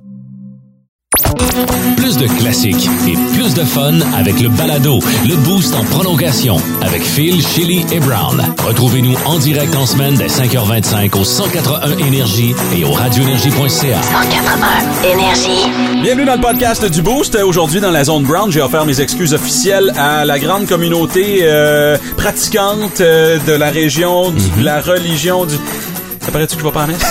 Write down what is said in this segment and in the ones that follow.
Plus de classiques et plus de fun avec le balado, le boost en prolongation avec Phil, Chili et Brown. Retrouvez-nous en direct en semaine dès 5h25 au 181 Énergie et au radioénergie.ca. 181 Énergie. Bienvenue dans le podcast du Boost. Aujourd'hui, dans la zone Brown, j'ai offert mes excuses officielles à la grande communauté euh, pratiquante euh, de la région, du- de la religion, du... Ça paraît-tu que je vais pas en mettre?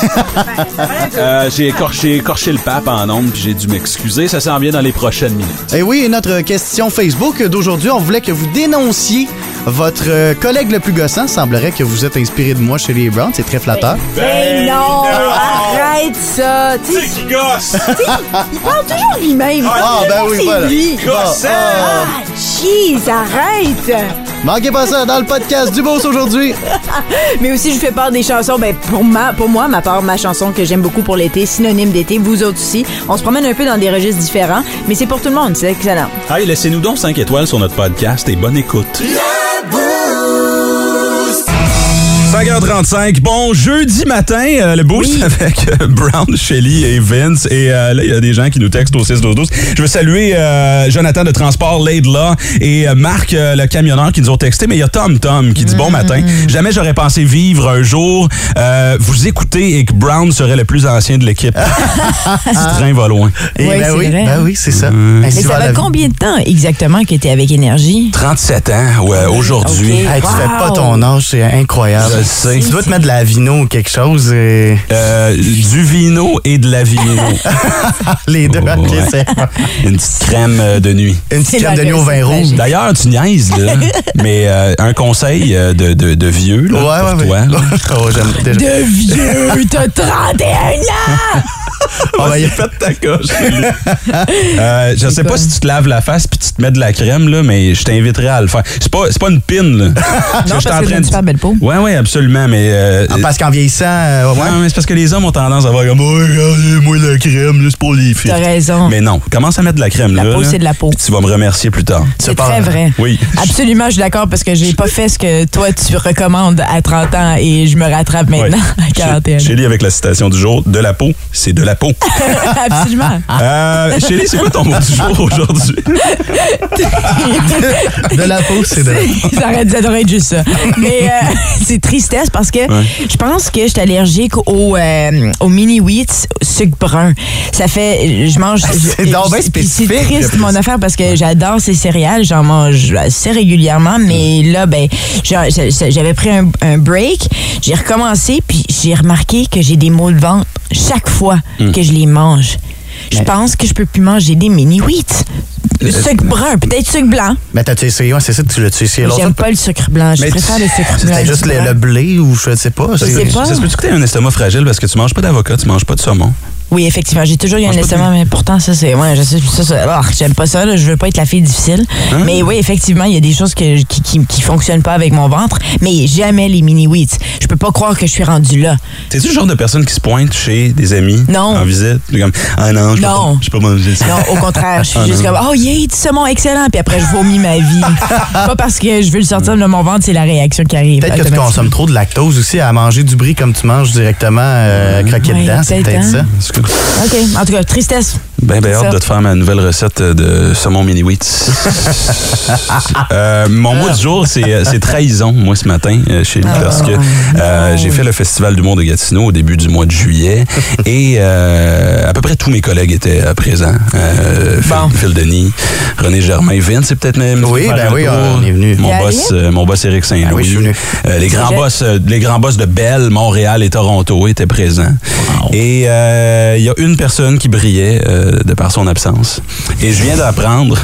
Euh, j'ai écorché, écorché le pape en nombre, puis j'ai dû m'excuser. Ça s'en vient dans les prochaines minutes. Et Eh oui, et notre question Facebook d'aujourd'hui, on voulait que vous dénonciez votre euh, collègue le plus gossant. Semblerait que vous êtes inspiré de moi chez les Brown, c'est très flatteur. Ben non, arrête ça. Tu sais, qui gosse! il parle toujours de lui-même. Ah, ben oui, c'est voilà. lui. Gossant! Ah, jeez, arrête. Manquez pas ça dans le podcast du boss aujourd'hui. Mais aussi, je vous fais part des chansons. Ben, pour, ma, pour moi, ma part, ma chanson que j'aime beaucoup pour l'été, synonyme d'été, vous autres aussi. On se promène un peu dans des registres différents, mais c'est pour tout le monde. C'est excellent. Hey, laissez-nous donc 5 étoiles sur notre podcast et bonne écoute. 5h35, bon jeudi matin, euh, le boost avec euh, Brown, Shelly et Vince. Et euh, là, il y a des gens qui nous textent au 6 12 12 Je veux saluer euh, Jonathan de Transport Laidlaw et euh, Marc, euh, le camionneur, qui nous ont texté. Mais il y a Tom Tom qui dit bon matin. Jamais j'aurais pensé vivre un jour euh, vous écouter et que Brown serait le plus ancien de l'équipe. Ce train va loin. Et Ouais, ben c'est oui, vrai. ben oui, c'est ça. Ainsi Mais va ça la fait vie. combien de temps exactement que t'es avec Énergie? 37 ans, ouais, aujourd'hui. Ok. Hey, tu fais pas ton âge, c'est incroyable. Je le sais. Tu dois te mettre de la vino ou quelque chose. et- Euh, du vino et de la vino. Les deux, Oh, ok, ouais. c'est- Une petite crème euh, de nuit. Une petite crème de nuit au vin C'est la rouge. D'ailleurs, tu niaises, là. mais euh, un conseil euh, de, de, de vieux là, Ouais, pour ouais, ouais. toi. là. Oh, j'aime déjà. De vieux, t'as 31 ans! On va y- Faites ta coche. Euh, je sais pas si tu te laves la face puis tu te mets de la crème, là, mais je t'inviterai à le faire. C'est pas, c'est pas une pine. Là. Non, parce que j'ai une super belle peau. Ouais, ouais, absolument. Mais, euh, Ah, Parce qu'en vieillissant, euh, ouais. Ouais, mais c'est parce que les hommes ont tendance à voir comme oh, regardez-moi la crème, là, c'est pour les filles. T'as raison. Mais non, commence à mettre de la crème. Ah. La là, peau, là, c'est de la peau. puis Tu vas me remercier plus tard. C'est parles. très vrai. Oui. Absolument, je suis d'accord parce que j'ai pas fait ce que toi tu recommandes à 30 ans et je me rattrape maintenant à 41. Chélie, avec la citation du jour, de la peau, c'est de la peau. Absolument. Ah. Euh, Chélie, c'est quoi ton mot du jour aujourd'hui? de la peau, c'est de la ça aurait ça devrait être juste ça. Mais euh, c'est tristesse parce que Ouais. je pense que je suis allergique au, euh, au mini wheats sucre brun. Ça fait, je mange. C'est je- donc bien je- puis spécifique, C'est en triste plus. mon affaire parce que j'adore ces céréales, j'en mange assez régulièrement, mais là, ben, j'a- j'a- j'avais pris un, un break, j'ai recommencé, puis j'ai remarqué que j'ai des maux de ventre chaque fois Hmm. que je les mange. Je pense que je peux plus manger des mini wheats. Euh, Sucre brun, peut-être sucre blanc. Mais t'as-tu essayé? Ouais, c'est ça, tu l'as-tu essayé J'aime longtemps? pas le sucre blanc. Je Mais préfère Ben, tu- le sucre blanc. C'était juste le, le blé ou je sais pas. Je sais pas. Ça se peut-tu que t'aies un estomac fragile parce que tu manges pas d'avocat, tu manges pas de saumon? Oui, effectivement. J'ai toujours eu un Mange pas de estomac, mais pourtant, ça, c'est. Ouais, je sais, ça, ça- ah, j'aime pas ça, là. Je veux pas être la fille difficile. Hein? Mais oui, effectivement, il y a des choses que- qui, qui, qui fonctionnent pas avec mon ventre, mais jamais les mini wheats. Je peux pas croire que je suis rendue là. T'es-tu le genre de personne qui se pointe chez des amis Non. en visite? T'es comme, ah non, je peux Non. pas- je peux pas manger ça. Non, au contraire, je suis Ah, juste non. comme, oh yeah, du saumon excellent, puis après, je vomis ma vie. pas parce que je veux le sortir de mon ventre, c'est la réaction qui arrive. Peut-être que tu automatiquement. consommes trop de lactose aussi à manger du brie comme tu manges directement euh, croqué Ouais, dedans. C'est peut-être, peut-être ça. hein. Parce que- OK. En tout cas, tristesse. Ben, ben, C'est hâte ça. de te faire ma nouvelle recette euh, de saumon mini wheat. mon mot du jour, c'est euh, c'est trahison, moi, ce matin, euh, chez lui, Ah. parce que euh, j'ai fait le Festival d'humour de Gatineau au début du mois de juillet et euh, à peu près tous mes collègues étaient euh, présents. Euh, Phil- Phil, Denis, René Germain, Vince, c'est peut-être même. Oui, faire ben un oui, tour. on est venu. Mon Y'a boss, euh, mon boss Eric Saint-Louis. Ah oui, je suis venu. Euh, les, grands J'ai- boss, euh, les grands boss de Bell, Montréal et Toronto étaient présents. Et euh, il y a une personne qui brillait euh, de, de par son absence. Et je viens d'apprendre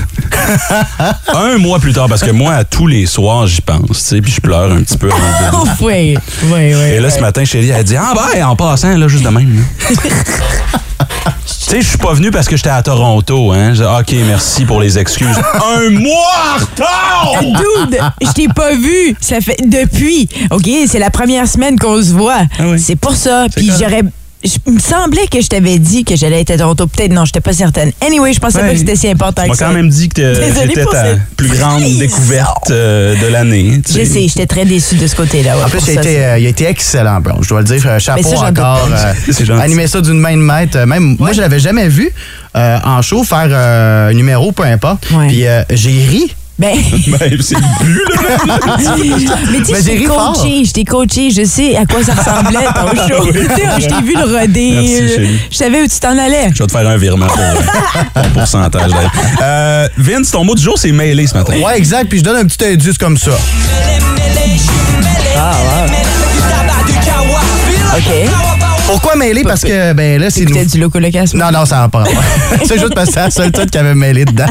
un mois plus tard, parce que moi, à tous les soirs, j'y pense, tu sais, puis je pleure un petit peu. avant de dormir. oui, oui, oui. Et là, ce matin, chérie, elle dit Ah, ben, en passant, là, juste de même. là. Tu sais, je suis pas venu parce que j'étais à Toronto, hein. Je dis, OK, merci pour les excuses. Un mois en retard! Dude, je t'ai pas vu. Ça fait depuis. OK, c'est la première semaine qu'on se voit. Ah oui. C'est pour ça. Puis correct. j'aurais. Je il me semblait que je t'avais dit que j'allais être à Toronto. Peut-être non, j'étais pas certaine. Anyway, je pensais Ouais. pas que c'était si important Tu que m'as ça. quand même dit que euh, Désolée c'était pour ta cette plus grande trahison. découverte euh, de l'année. tu Je sais. sais, j'étais très déçue de ce côté-là. ouais, En plus, pour il ça, a, été, c'est- euh, il a été excellent, Brown. Je dois le dire, euh, chapeau Mais ça, j'en doute encore. pas. C'est gentil. animé ça d'une main de maître. Euh, Même moi, je l'avais jamais vu euh, en show faire euh, un numéro, peu importe. Ouais. Puis euh, j'ai ri. Ben, Ben, c'est le but, là. mais tu sais, Mais euh, Ben, j'ai je t'ai ri fort. coachée, je t'ai coachée, je sais à quoi ça ressemblait ton show. Tu sais, je t'ai vu le Merci, rodé, chérie. je savais où tu t'en allais. Je vais te faire un virement pour euh, ton pourcentage. d'ailleurs. Euh, Vince, ton mot du jour, c'est mêlé ce matin. Ouais, exact. Puis je donne un petit indice comme ça. OK. Pourquoi mêler? Parce que, ben là, c'est nous. C'était du loco local. Non, non, ça n'a pas rapport. C'est juste parce que c'est la seule titre qui avait mêlé dedans.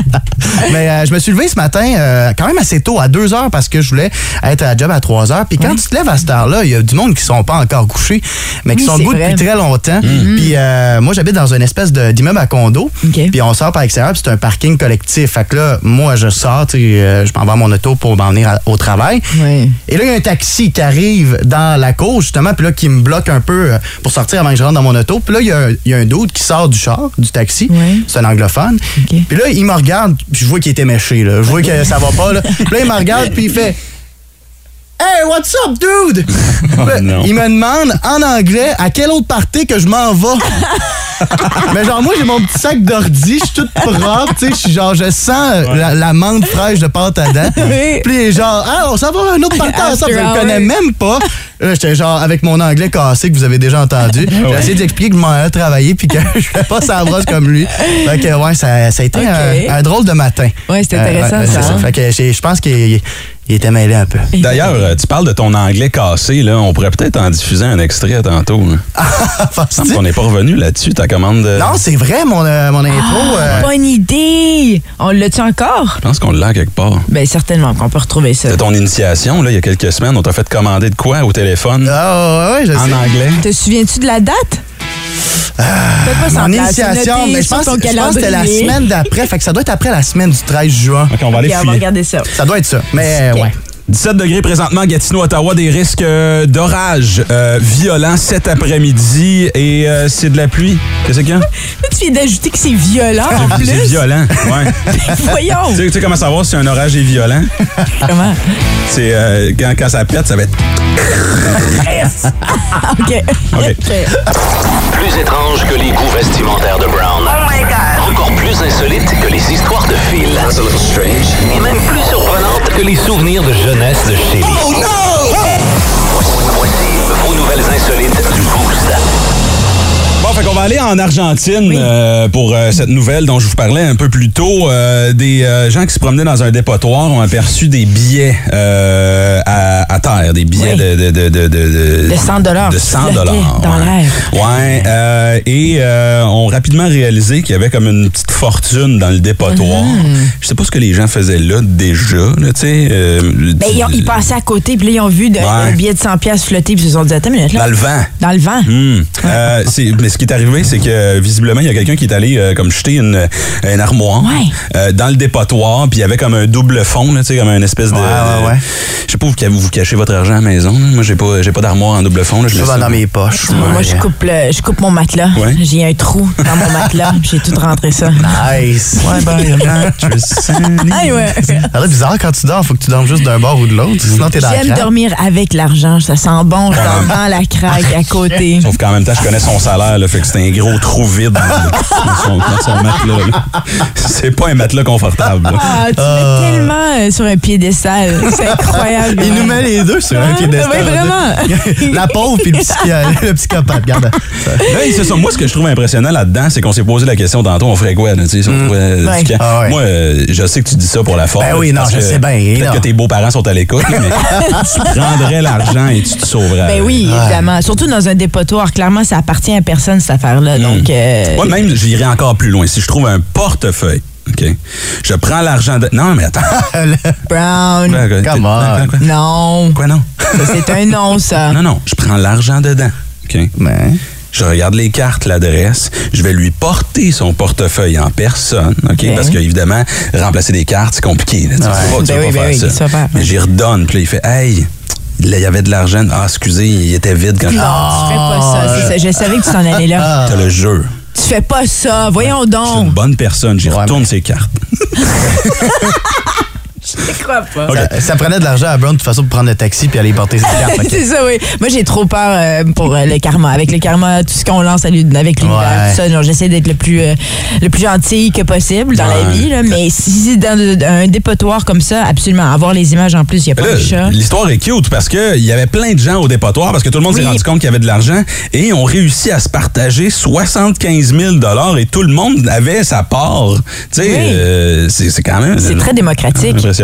Mais euh, je me suis levé ce matin euh, quand même assez tôt, à 2 heures, parce que je voulais être à la job à 3 heures. Puis quand tu te lèves à cette heure-là, il y a du monde qui sont pas encore couchés, mais qui Oui, sont debout c'est vrai. Mm. depuis très longtemps. Puis euh, moi, j'habite dans une espèce de- d'immeuble à condo. OK. Puis on sort par l'extérieur, puis c'est un parking collectif. Fait que là, moi, je sors, tu sais, euh, je m'en vais à mon auto pour m'en venir à- au travail. Oui. Et là, il y a un taxi qui arrive dans la cour, justement, puis là, qui me bloque un peu euh, pour sortir avant que je rentre dans mon auto. Puis là, il y a un- il y, a un dude qui sort du char, du taxi. Ouais. C'est un anglophone. OK. Puis là, il me regarde, puis je vois qu'il était méché, là. Je vois que ça va pas, là. Puis là, il me regarde, puis il fait Hey, what's up, dude? Là, non. Il me demande en anglais à quelle autre partie que je m'en vais. Mais genre, moi, j'ai mon petit sac d'ordi, je suis toute propre, tu sais, je suis genre, je sens euh, la, la menthe fraîche de pâte à dents. Oui. Puis il est genre, ah, on s'en va à un autre party ensemble, je le After connais hours. même pas. Là, j'étais genre, avec mon anglais cassé que vous avez déjà entendu, j'ai essayé d'expliquer que je m'en allais travailler puis que je fais pas sa brosse comme lui. Fait que, ouais, ça, ça a été Ok. un, un drôle de matin. Euh, Ouais, c'était intéressant, ouais, ça, c'est hein? Fait que j'ai- je pense qu'il il était mêlé un peu. D'ailleurs, euh, tu parles de ton anglais cassé, là. On pourrait peut-être en diffuser un extrait tantôt. là. Penses-tu? Semble qu'on n'est pas revenu là-dessus, ta commande. de- Ah, Non, c'est vrai, mon, euh, Ah! mon intro. euh, Bonne idée! On l'a-tu encore? Je pense qu'on l'a quelque part. Ben certainement qu'on peut retrouver ça. De ton initiation, là, il y a quelques semaines, on t'a fait commander de quoi au téléphone? Ah, ouais, ouais, je en sais. anglais? Te souviens-tu de la date? Fais pas Ah, Mon semblant, c'est initiation, noté mais je sur pense, je ton pense que c'était la calendrier. semaine d'après. Fait que ça doit être après la semaine du 13 juin. OK, on va aller Ok, on va fouiller. regarder ça. Ça doit être ça. Mais Ok. ouais. 17 degrés présentement, Gatineau, Ottawa, des risques euh, d'orages euh, violents cet après-midi et euh, c'est de la pluie. Qu'est-ce qu'il y a? Là, tu viens d'ajouter que c'est violent Ah, en plus. C'est violent, ouais. Voyons! tu, sais, tu sais comment savoir si un orage est violent? Comment? C'est euh, quand, quand ça pète, ça va être... OK. OK. Plus étrange que les goûts vestimentaires de Brown. Oh my God! Encore plus insolite que les histoires de Phil. That's a little strange. Et même plus surprenante que les souvenirs de jeunesse de Shelly. Oh no! Voici vos nouvelles insolites du Boost. Bon, fait qu'on va aller en Argentine euh, pour euh, cette nouvelle dont je vous parlais un peu plus tôt. Euh, des euh, gens qui se promenaient dans un dépotoir ont aperçu des billets euh, à, à terre, des billets Oui. de, de, de, de, de, De 100 De 100 dollars. Dans ouais. l'air. Ouais, euh, et euh, ont rapidement réalisé qu'il y avait comme une petite fortune dans le dépotoir. Ah. Je sais pas ce que les gens faisaient là déjà, là, tu sais. euh, Ben, ils, ont- ils passaient à côté, puis là, ils ont vu de- Ouais. un billet de 100 pièces flotter, puis ils se sont dit, attends une minute, là. Dans le vent. Dans le vent. Hmm. Euh, c'est- mais ce qui est arrivé, c'est que euh, visiblement, il y a quelqu'un qui est allé euh, comme jeter une, une armoire Ouais. euh, dans le dépotoir, puis il y avait comme un double fond, là, tu sais, comme une espèce de. Ouais, ouais, ouais. Je sais pas où vous ca- vous cachez votre argent à la maison. là. Moi, j'ai pas, j'ai pas d'armoire en double fond. là. Je Souvent laisse ça. dans mes poches. Moi, je coupe, le- je coupe mon matelas. Ouais. J'ai un trou dans mon matelas, puis j'ai tout rentré ça. Ah. Nice. Ouais, ben, il y a bien. Ah ouais. Ça doit être bizarre quand tu dors, faut que tu dormes juste d'un bord ou de l'autre, sinon t'es dans la J'aime craque. dormir avec l'argent. Ça sent bon. Je dors dans la craque à côté. Sauf qu'en même temps, je connais son salaire, là, fait que c'est un gros trou vide dans, dans son, dans son matelas. là. C'est pas un matelas confortable. là. Ah, tu mets tellement euh, sur un piédestal. C'est incroyable. Il nous met les deux sur un Ouais, piédestal. ouais, vraiment. La pauvre puis le, psychi- euh, le psychopathe, regarde. Là, c'est ça. Moi, ce que je trouve impressionnant là-dedans, c'est qu'on s'est posé la question tantôt, on ferait quoi, là, tu sais, si on trouvait du Ouais. camp. Ah ouais. Moi, euh, je sais que tu dis ça pour la forme. Ben là, oui, non, parce je que sais bien, non. Peut-être que tes beaux-parents sont à l'écoute, là, mais tu prendrais l'argent et tu te sauverais. Ben oui, évidemment. Surtout dans un dépotoir. Clairement, ça appartient à personne. cette affaire-là. Donc, euh, Moi, même, j'irai encore plus loin. Si je trouve un portefeuille, OK, je prends l'argent de. Non, mais attends. Euh, Brown. Come on. Quoi, Non. Quoi, non? Ça, C'est un non, ça. Non, non, je prends l'argent dedans. OK? Mais, Je regarde les cartes, l'adresse. Je vais lui porter son portefeuille en personne. OK? OK. Parce qu'évidemment, remplacer des cartes, c'est compliqué. là, tu sais, faut pas- tu Ben oui, vas ben pas faire oui, ça. ça va. Mais j'y redonne. Puis là, il fait Hey, là, il y avait de l'argent. Ah, excusez, il était vide quand je. Ah. Tu fais pas ça. c'est ça. Je savais que tu t'en allais là. T'as le jeu. Tu fais pas ça. Voyons Je suis une donc. bonne personne. J'y Ouais, retourne ses cartes. Je crois pas. ça, ça prenait de l'argent à Brown de toute façon pour prendre le taxi puis aller porter ses cartes. OK. C'est ça, oui. Moi, j'ai trop peur euh, pour euh, le karma. Avec le karma, tout ce qu'on lance à l'u- avec l'univers, Ouais. tout ça, non, j'essaie d'être le plus euh, le plus gentil que possible dans la Ouais. vie. là, mais si c'est dans de- un dépotoir comme ça, absolument. Avoir les images en plus, il n'y a pas de Là, chat. L'histoire est cute parce qu'il y avait plein de gens au dépotoir parce que tout le monde s'est Oui. rendu compte qu'il y avait de l'argent et on réussit à se partager 75 000 et tout le monde avait sa part. Tu sais, Oui. euh, c'est c'est quand même. C'est très démocratique. Impressionnant.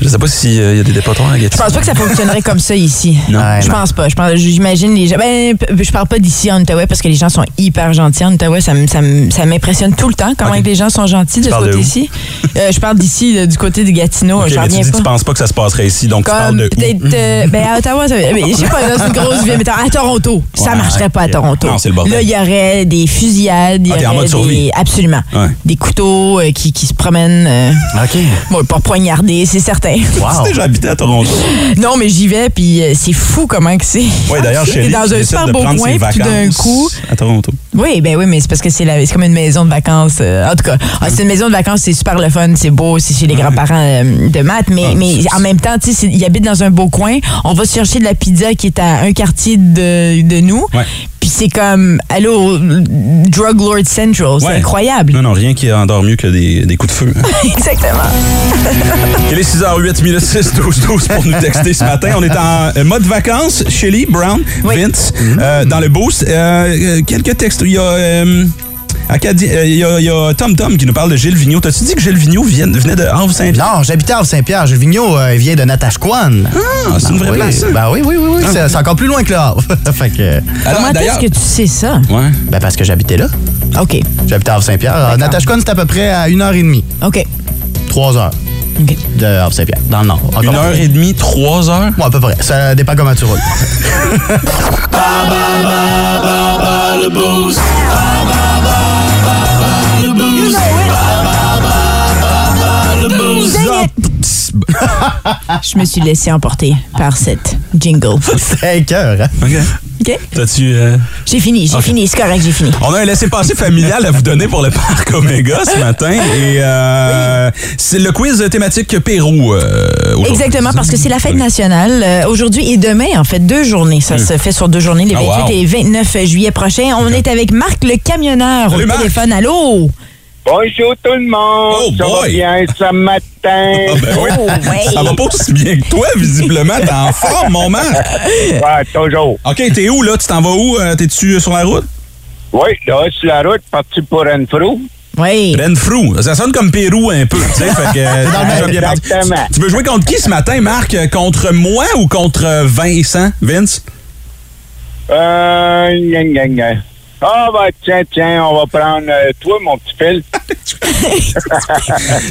Je sais pas s'il y a des dépotoirs à Mm. Je Gatineau. pense pas que ça fonctionnerait comme ça ici. Non. je non. pense pas. Je pense, j'imagine les gens. Ben, p- je parle pas d'ici en Outaouais parce que les gens sont hyper gentils en Outaouais. Ça, me- ça me- ça m'impressionne tout le temps comment que les gens sont gentils de ce parles de où? côté-ci. Euh, je parle d'ici, de- du côté de Gatineau. Ok, J'en mais tu reviens dis que pas. tu penses pas que ça se passerait ici, donc tu parles Comme de. où? peut-être. euh, ben, à Ottawa, ça, mais je sais pas, dans une grosse ville, mais à Toronto, ça Ouais, marcherait pas à ok. Toronto. Non, c'est le bordel. Là, il y aurait des fusillades, il y Ah, t'es en aurait mode survie. des. Absolument. Ouais. Des couteaux euh, qui, qui se promènent. euh, Bon, pas poignarder, c'est certain. Tu Wow. sais, déjà habité à Toronto. Non, mais j'y vais, puis euh, c'est fou comment que c'est. Oui, d'ailleurs, T'es chérie, dans tu un décides super de beau prendre coin, ses puis tout d'un vacances coup. À Toronto. Oui, ben oui, mais c'est parce que c'est la- c'est comme une maison de vacances. euh, en tout cas, ah, c'est une maison de vacances, c'est super le fun, c'est beau, c'est chez les grands-parents euh, de Matt, mais, Ah, mais c'est- en même temps, tu sais, c'est- ils habitent dans un beau coin. On va chercher de la pizza qui est à un quartier de, de nous. Ouais. Puis c'est comme, allô, Drug Lord Central, c'est Ouais. incroyable. Non, non, rien qui endort mieux que des, des coups de feu. Exactement. Il est 6h08 minutes 6 12 12 pour nous texter ce matin. On est en euh, mode vacances. Shelly, Brown, Oui. Mm-hmm. Vince, euh, dans le boost. Euh, euh, quelques textes. Il y a. euh, Acadie- euh, il y a- il y a Tom Tom qui nous parle de Gilles Vigneault. T'as-tu dit que Gilles Vigneault vienne- venait de Havre saint pierre Non, j'habitais à Saint-Pierre. Gilles Vigneault, euh, il vient de Natashquan. Ah, c'est une vraie oui. place. ça. Ben oui, oui, oui, Ah, oui. C'est c'est encore plus loin que le Havre. fait que, Alors, Comment Ah, d'ailleurs- est-ce que tu sais ça? Ouais. ben parce que j'habitais là. OK. J'habitais à Havre-Saint-Pierre. Natashquan, c'est à peu près à une heure et demie, OK. trois heures OK. de Havre-Saint-Pierre, dans le Nord. Encore Ah. Une heure et demie, trois heures. Ouais, à peu près. Ça dépend comment tu roules. Je me suis laissé emporter par cette jingle. Cinq heures, hein? OK. OK? T'as-tu. euh, J'ai fini, j'ai Ok. fini, c'est correct, j'ai fini. On a un laissez-passer familial à vous donner pour le parc Omega ce matin. Et euh, c'est le quiz thématique Pérou. euh, aujourd'hui. Exactement, parce que c'est la fête nationale euh, aujourd'hui et demain, en fait, deux journées. Ça se fait sur deux journées, les Hum. Ah, 28 wow. et 29 juillet prochains. On est avec Marc le camionneur Salut, au Marc. Ah, téléphone. Allô? Bonjour tout le monde! Oh ça va boy. bien ce Ah, matin? ben oui. Oh, ouais. Ça va pas aussi bien que toi, visiblement. T'es en forme, mon Marc. ouais, toujours. OK, t'es où, là? Tu t'en vas où? Euh, T'es-tu sur la route? Oui, là, sur la route, parti pour Renfrew. Oui. Renfrew. Ben Ça sonne comme Pérou un peu, tu sais. fait que, euh, déjà bien parti. Exactement. Tu veux jouer contre qui ce matin, Marc? Euh, Contre moi ou contre euh, Vincent? Vince? Euh, gna, gna, gna. Ah, bah, tiens, tiens, on va prendre euh, toi, mon petit fil.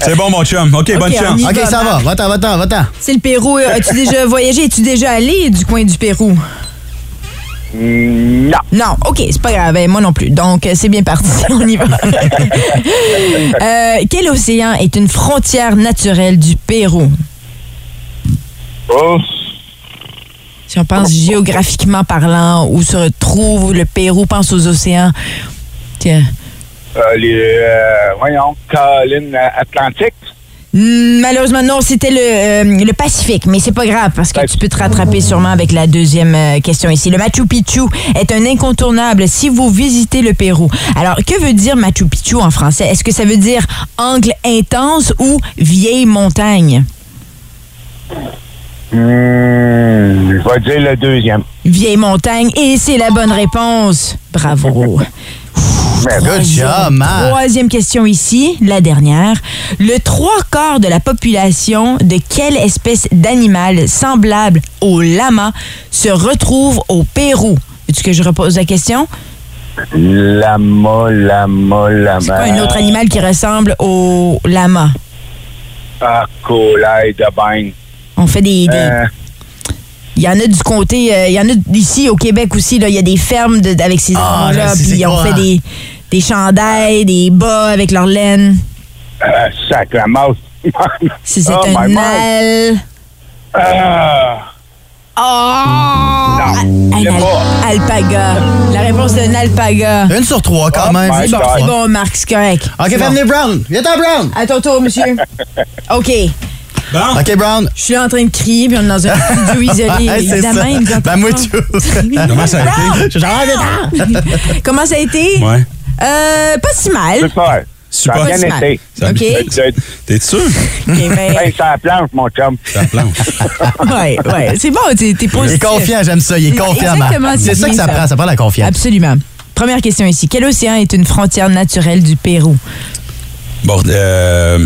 C'est bon, mon chum. OK, bonne on chance. y OK, va, ça va. Marc. Va-t'en, va-t'en, va-t'en. C'est le Pérou. Euh, As-tu déjà voyagé? Es-tu déjà allé du coin du Pérou? Mm, Non. Non, OK, c'est pas grave. Ben, Moi non plus. Donc, euh, c'est bien parti. On y va. Euh, quel océan est une frontière naturelle du Pérou? Oh, Si on pense géographiquement parlant, où se retrouve le Pérou, pense aux océans. Tiens. euh, les, euh, voyons, Colin euh, Atlantique. Hmm, Malheureusement, non, c'était le, euh, le Pacifique, mais c'est pas grave parce que tu peux te rattraper sûrement avec la deuxième euh, question ici. Le Machu Picchu est un incontournable si vous visitez le Pérou. Alors, que veut dire Machu Picchu en français? Est-ce que ça veut dire angle intense ou vieille montagne? Mm, je vais dire le deuxième. Vieille montagne, et c'est la bonne réponse. Bravo. Good job, man. Troisième question ici, la dernière. Le trois quarts de la population de quelle espèce d'animal semblable au lama se retrouve au Pérou? Veux-tu que je repose la question? Lama, lama, lama. Ah C'est quoi un ben, autre animal qui ressemble au lama? Ah, cool, hey, de bain. On fait des. des- Euh, Il y en a du comté, euh, il y en a d'ici au Québec aussi, là, il y a des fermes de- avec ces Ah, animaux-là, je sais puis c'est on quoi. fait des, des chandails, des bas avec leur laine. euh, sacrement. Si c'est Oh, un my mâle. Ah, Ah, Un je sais al- pas. oh! alpaga. La réponse d'un alpaga. Une sur trois, quand Oh même. my C'est bon. God. C'est bon, Marc, c'est correct. OK, C'est bon. Family Brown. Viens-t'en, Brown. À ton tour, monsieur. OK. OK, Brown. Je suis là en train de crier, puis on est dans un studio isolé. Hey, c'est évidemment, ça. il nous entend Ben, moi, pas. tu. Comment ça a été? J'ai jamais été- Comment ça a été? Ouais. Euh, pas si mal. super. Super. Ça a Pas si bien mal. été. Ça a OK. bien été. C'est T'es sûr? Ok, ben, ben, ça planche, mon chum. Ta planche. ouais, ouais. C'est bon, t'es t'es Il positif. est confiant, j'aime ça. Il est confiant, Marc. Exactement, c'est C'est ça bien que ça ça. prend. Ça prend la confiance. Absolument. Première question ici. Quel océan est une frontière naturelle du Pérou? Bon, euh...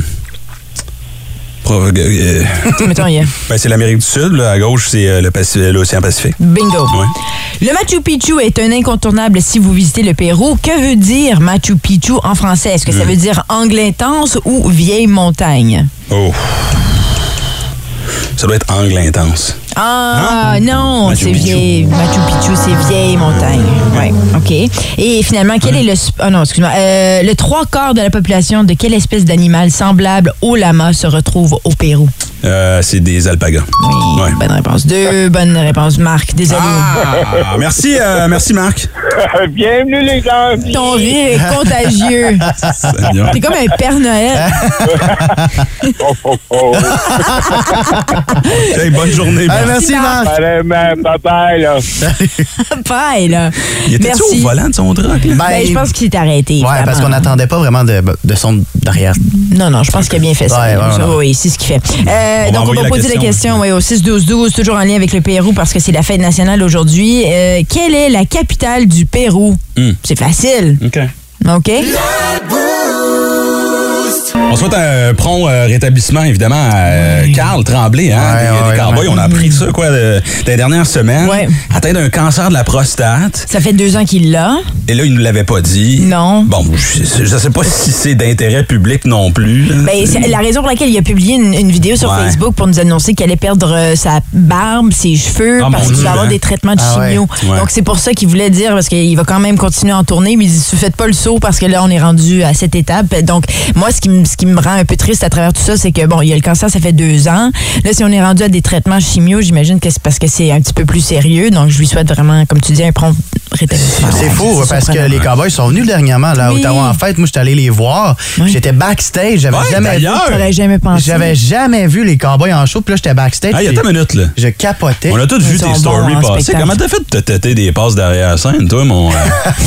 pro- euh, Mettons, il y a- ben, c'est l'Amérique du Sud, là. à gauche, c'est euh, le Paci- l'océan Pacifique. Bingo. Ouais. Le Machu Picchu est un incontournable si vous visitez le Pérou. Que veut dire Machu Picchu en français? Est-ce que ça veut dire angle intense ou vieille montagne? Oh. Ça doit être angle intense. Ah, non, Hein? Machu c'est Picchu. vieille. Machu Picchu, c'est vieille montagne. Oui, OK. Et finalement, Hein? quel est le. sp- Ah non, excuse-moi. Euh, le trois quarts de la population de quelle espèce d'animal semblable au lama se retrouve au Pérou? Euh, c'est des alpagas. Oui, Ouais. Bonne réponse. Deux bonnes réponses, Marc. Désolé. Ah, merci, euh, merci Marc. Bienvenue, les gens. Ton rire est contagieux. Seigneur. T'es comme un Père Noël. Oh, oh, oh. Hey, bonne journée. Hey, Marc. Merci, Marc. Vraiment, bye-bye, là. Paille, là. Il était au Merci. volant de son truck? là? Ben, je pense qu'il s'est arrêté. Ouais, parce qu'on vraiment. n'attendait pas vraiment de, de son derrière. Non, non, je pense qu'il a bien fait ça. Ouais, ouais, Ça, ouais. Oui, c'est ce qu'il fait. Euh, On va donc, on envoyer va la poser la question. hein. question ouais, au 6-12-12, toujours en lien avec le Pérou parce que c'est la fête nationale aujourd'hui. Euh, quelle est la capitale du Pérou? Hmm. C'est facile, OK. OK? On souhaite un prompt euh, rétablissement, évidemment, à euh, Carl Tremblay, hein, Ouais, des, ouais, des ouais. cowboys. On a appris ça, quoi, de- des dernières semaines. Ouais. Atteint d'un cancer de la prostate. Ça fait deux ans qu'il l'a. Et là, il ne nous l'avait pas dit. Non. Bon, je ne sais pas si c'est d'intérêt public non plus. là. Ben, c'est la raison pour laquelle il a publié une, une vidéo sur Ouais. Facebook pour nous annoncer qu'il allait perdre euh, sa barbe, ses cheveux, Ah, parce mon qu'il Dieu, va avoir hein. des traitements de Ah, ouais. chimio. Ouais. Donc, c'est pour ça qu'il voulait dire, parce qu'il va quand même continuer à en tourner, mais il dit, faites pas le saut, parce que là, on est rendu à cette étape. Donc, moi, ce qui, me- ce qui me rend un peu triste à travers tout ça, c'est que, bon, il y a le cancer, ça fait deux ans. Là, si on est rendu à des traitements chimio, j'imagine que c'est parce que c'est un petit peu plus sérieux. Donc, je lui souhaite vraiment, comme tu dis, un prompt rétablissement. C'est fou Ah, Ouais, parce que surprenant. les cowboys sont venus dernièrement là, à Oui. Ottawa en fête. Moi, j'étais allé les voir. Oui. J'étais backstage. J'avais Ouais, jamais vu. d'ailleurs. J'aurais jamais pensé. J'avais jamais vu les cowboys en show. Puis là, j'étais backstage. Hey, attends puis une minute, là. je capotais. On a tous vu sont tes bons stories en passer. spectacle. Comment t'as fait de te têter des passes derrière la scène, toi, mon. euh?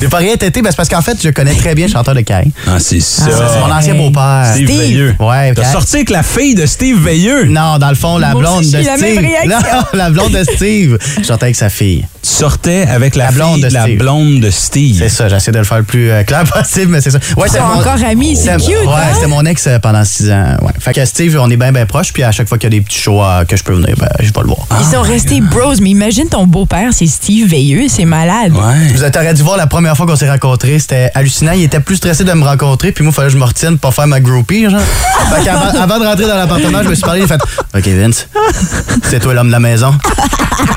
J'ai pas rien tété, ben, c'est parce qu'en fait, je connais très bien le chanteur de Caille. Ah, c'est ça. C'est mon ancien beau-père. Steve, Veilleux. Ah, Ouais, T'as Caille. sorti avec la fille de Steve Veilleux. Non, dans le fond, la Moi blonde aussi, de j'ai la même Steve. réaction. Non, la blonde de Steve. Je chantais avec sa fille. Tu sortais avec la, La blonde fille- de la Steve. blonde de Steve. C'est ça, j'essaie de le faire le plus euh, clair possible, mais c'est ça. Ouais, Ils c'est sont mon- encore amis, c'est C'est- cute. Ouais, hein? c'était mon ex euh, pendant six ans. Ouais. Fait que Steve, on est bien, bien proches. Puis à chaque fois qu'il y a des petits shows euh, que je peux venir, ben, je vais le voir. Ils sont restés bros, mais imagine ton beau-père, c'est Steve Veilleux, c'est malade. Ouais. Vous t'aurais dû voir la première fois qu'on s'est rencontrés, c'était hallucinant. Il était plus stressé de me rencontrer, puis moi, il fallait que je me retienne pour faire ma groupie, genre. Fait qu'avant avant de rentrer dans l'appartement, je me suis parlé, il a fait OK, Vince, c'est toi l'homme de la maison.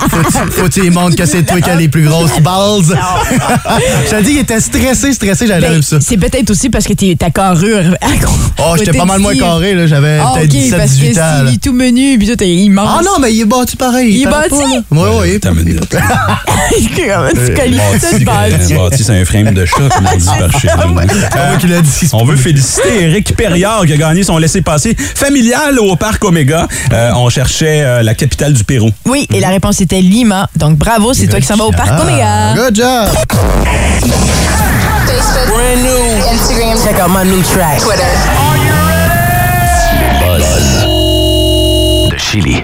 Faut-tu- Faut-tu lui montres que c'est toi qui as les plus grosses balles. je te dis, il était stressé, stressé, j'avais Ben, jamais vu ça. c'est peut-être aussi parce que t'es ta carrure. Oh, j'étais pas mal moins carré, là. J'avais Ah, peut-être ok, parce que 17-18 ans. là. il est tout menu, puis tout est immense. Ah non, mais il est bâti pareil. Il est paraît pas, bâti? là. Oui, oui. T'as Euh, une minute. Euh, Euh, tu colles ça de base. Bâti, euh, bâti, c'est un frame de chat, comme on dit par chez nous. C'est moi qui l'a dit. On veut féliciter Eric Perriard qui a gagné son laissez-passer familial au Parc Omega. Euh, on cherchait euh, la capitale du Pérou. Oui, et la réponse était Lima. Donc bravo, c'est toi qui s'en vas au parc Ah. Omega. Good job! De Chili.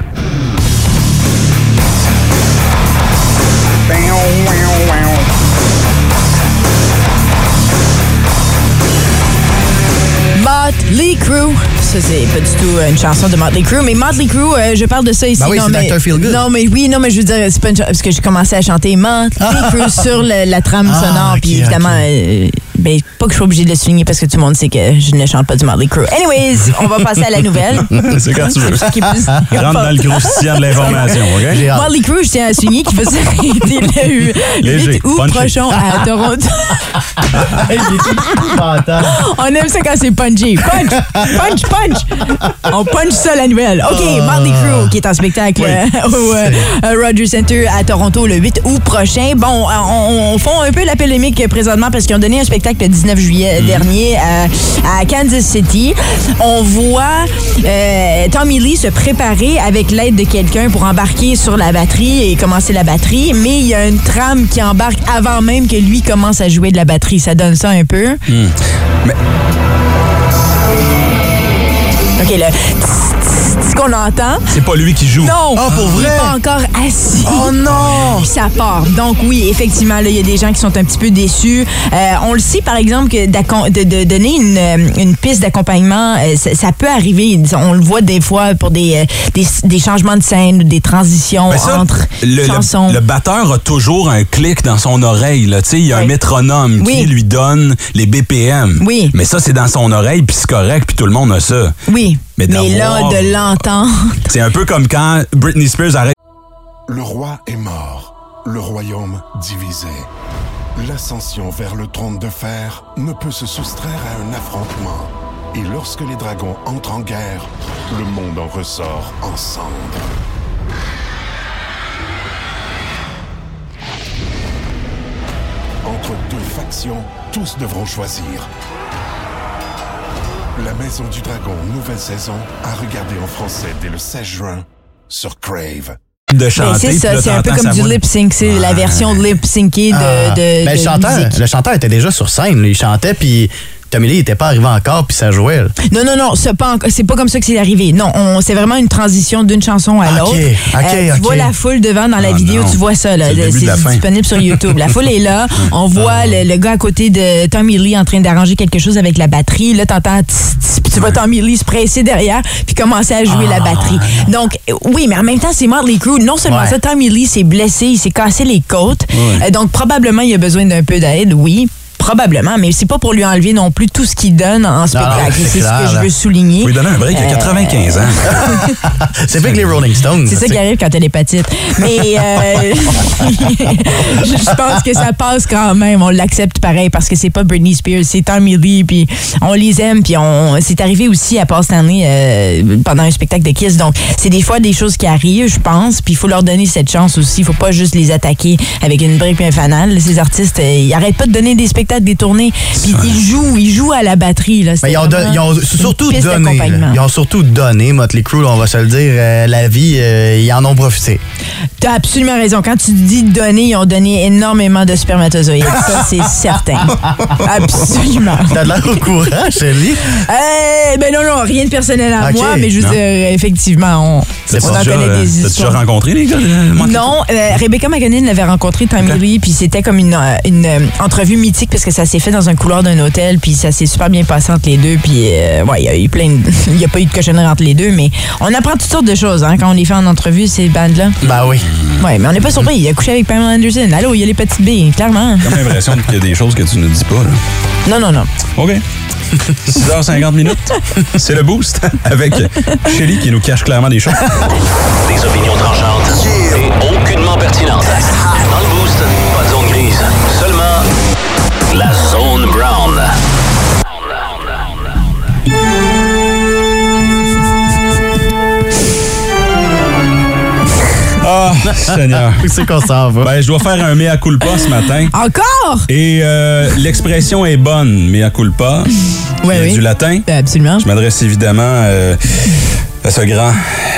Motley Crue ça, c'est pas du tout euh, une chanson de Motley Crue. Mais Motley Crue, euh, je parle de ça ici. Ben oui, non, c'est mais, Dr. Feelgood. Non, mais oui, non, mais je veux dire, c'est pas une chanson. Parce que j'ai commencé à chanter Motley Crue sur le- la trame Ah, sonore. ok, puis évidemment, ok. euh, ben, pas que je sois obligée de le souligner parce que tout le monde sait que je ne chante pas du Motley Crue. Anyways, on va passer à la nouvelle. C'est quand tu veux. Ce qui est plus Rentre dans le croustillant de l'information, OK? J'ai hâte. Marley Crew, je tiens à souligner qu'il va s'arrêter le Léger, 8 août punchy. prochain à Toronto. Oh, On aime ça quand c'est punchy. Punch, punch, punch. On punch ça la nouvelle. OK, Marley Crew qui est en spectacle euh, au euh, euh, Rogers Center à Toronto le 8 août prochain. Bon, on, on- on fond un peu la polémique présentement parce qu'ils ont donné un spectacle le 19 juillet dernier à, à Kansas City. On voit euh, Tommy Lee se préparer avec l'aide de quelqu'un pour embarquer sur la batterie et commencer la batterie, mais il y a une trame qui embarque avant même que lui commence à jouer de la batterie. Ça donne ça un peu. OK, le tss, tss, tss qu'on entend. C'est pas lui qui joue. Non! Ah, pour Il vrai? est pas encore assis. Oh non! Ça part. Donc oui, effectivement, là, il y a des gens qui sont un petit peu déçus. Euh, on le sait, par exemple, que d'accom- de, de donner une, euh, une piste d'accompagnement, euh, ça, ça peut arriver. On le voit des fois pour des, euh, des, des changements de scène ou des transitions Ben ça, entre le, le- chansons. le batteur a toujours un clic dans son oreille. là. Tu sais, Il y a un Oui. métronome qui Oui. lui donne les BPM. Oui. Mais ça, c'est dans son oreille, puis c'est correct, puis tout le monde a ça. Oui, Mais mais, là, d'avoir- de l'entendre. C'est un peu comme quand Britney Spears arrête Le roi est mort, le royaume divisé. L'ascension vers le trône de fer ne peut se soustraire à un affrontement. Et lorsque les dragons entrent en guerre, le monde en ressort ensemble. Entre deux factions, tous devront choisir. La Maison du Dragon, nouvelle saison, à regarder en français dès le 16 juin sur Crave. de Ben, chanter. c'est puis ça, là, c'est un peu t'entends comme sa du voix. lip sync, c'est la version lip syncée Ah. de, de, Ben, de le, chanteur, musique. le chanteur était déjà sur scène. là. Il chantait, puis Tommy Lee n'était pas arrivé encore, puis ça jouait. là. Non, non, non, c'est pas, enco- c'est pas comme ça que c'est arrivé. Non, on- c'est vraiment une transition d'une chanson à Ok, l'autre. Euh, ok, tu ok. vois la foule devant dans la Ah vidéo, non. tu vois ça. là. C'est le début de la fin. Ah, disponible sur YouTube. La foule est là. On voit le, le gars à côté de Tommy Lee en train d'arranger quelque chose avec la batterie. Là, t'entends, tss, tss, puis tu vois Tommy Lee se presser derrière, puis commencer à jouer Ah, la batterie. Donc, euh, oui, mais en même temps, c'est Motley Crue. Non seulement Ouais. ça, Tommy Lee s'est blessé, il s'est cassé les côtes. Euh, donc, probablement, il a besoin d'un peu d'aide, oui. Probablement, mais c'est pas pour lui enlever non plus tout ce qu'il donne en spectacle. Ah, c'est C'est ce clair, que je là. veux souligner. Oui, donner un break, il a Euh, 95 ans. C'est pas que les Rolling Stones. C'est ça tu sais. qui arrive quand t'as l'hépatite. Mais euh, je je pense que ça passe quand même. On l'accepte pareil parce que c'est pas Britney Spears, c'est Tommy Lee. Puis on les aime. Puis on, c'est arrivé aussi à part cette année euh, pendant un spectacle de Kiss. Donc c'est des fois des choses qui arrivent, je pense. Puis il faut leur donner cette chance aussi. Il faut pas juste les attaquer avec une brique et un fanal. Ces artistes, euh, ils arrêtent pas de donner des spectacles, des tournées. Puis ils jouent, ils jouent à la batterie. Là. C'est Mais ils ont, don- vraiment ils ont une surtout piste donné. là. d'accompagnement. Ils ont surtout donné, Motley Crue, là, on va se le dire. euh, la vie, euh, ils en ont profité. T'as absolument raison. Quand tu dis donner, ils ont donné énormément de spermatozoïdes. Ça, c'est certain. Absolument. T'as de l'air au courant, Shelly. Euh, ben non, non, rien de personnel à Ok, moi, mais je veux non. dire, effectivement, on, T'as-tu on en déjà, connaît euh, des t'as-tu déjà histoires. rencontré les gars? de Motley Crue? Non, euh, Rebecca McConnell l'avait rencontré, Tommy Lee, puis c'était comme une, euh, une, euh, entrevue mythique parce que ça s'est fait dans un couloir d'un hôtel, puis ça s'est super bien passé entre les deux, puis euh, ouais, il y a eu plein, de- il n'y a pas eu de cochonnerie entre les deux, mais on apprend toutes sortes de choses hein, quand on les fait en entrevue ces bandes-là. Ben oui. Ouais, mais on n'est pas surpris. Il a couché avec Pamela Anderson. Allô, il y a les petites billes, clairement. J'ai comme l'impression qu'il y a des choses que tu ne dis pas. Là. Non, non, non. OK. 6h50 minutes, c'est le boost avec Shelly qui nous cache clairement des choses. Des opinions tranchantes et aucunement pertinentes. Dans le boost, pas de zone grise, seulement la zone brown. Ah, Seigneur. Où c'est qu'on s'en va? Ben, je dois faire un mea culpa ce matin. Encore? Et euh, l'expression est bonne, mea culpa. Oui, vient oui. Du latin. Euh, Absolument. Je m'adresse évidemment euh, à ce grand,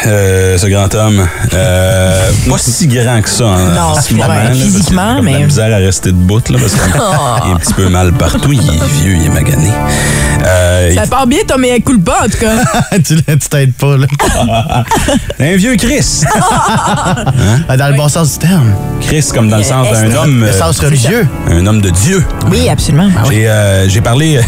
euh, ce grand homme. Euh, pas si grand que ça. hein, Non, en ce ouais, moment, là, parce qu'il a physiquement, comme de mais- La misère à rester debout, là, parce qu'il Ah. est un petit peu mal partout. Il est vieux, il est magané. Euh, Ça part bien, ton mea culpa, en tout cas. tu l'as- tu t'aides pas, là. il- Un vieux Christ. Ben, Dans le bon sens du terme. Christ comme dans le sens d'un homme, Le euh, sens religieux. un homme de Dieu. Ah oui, absolument. J'ai euh, j'ai parlé.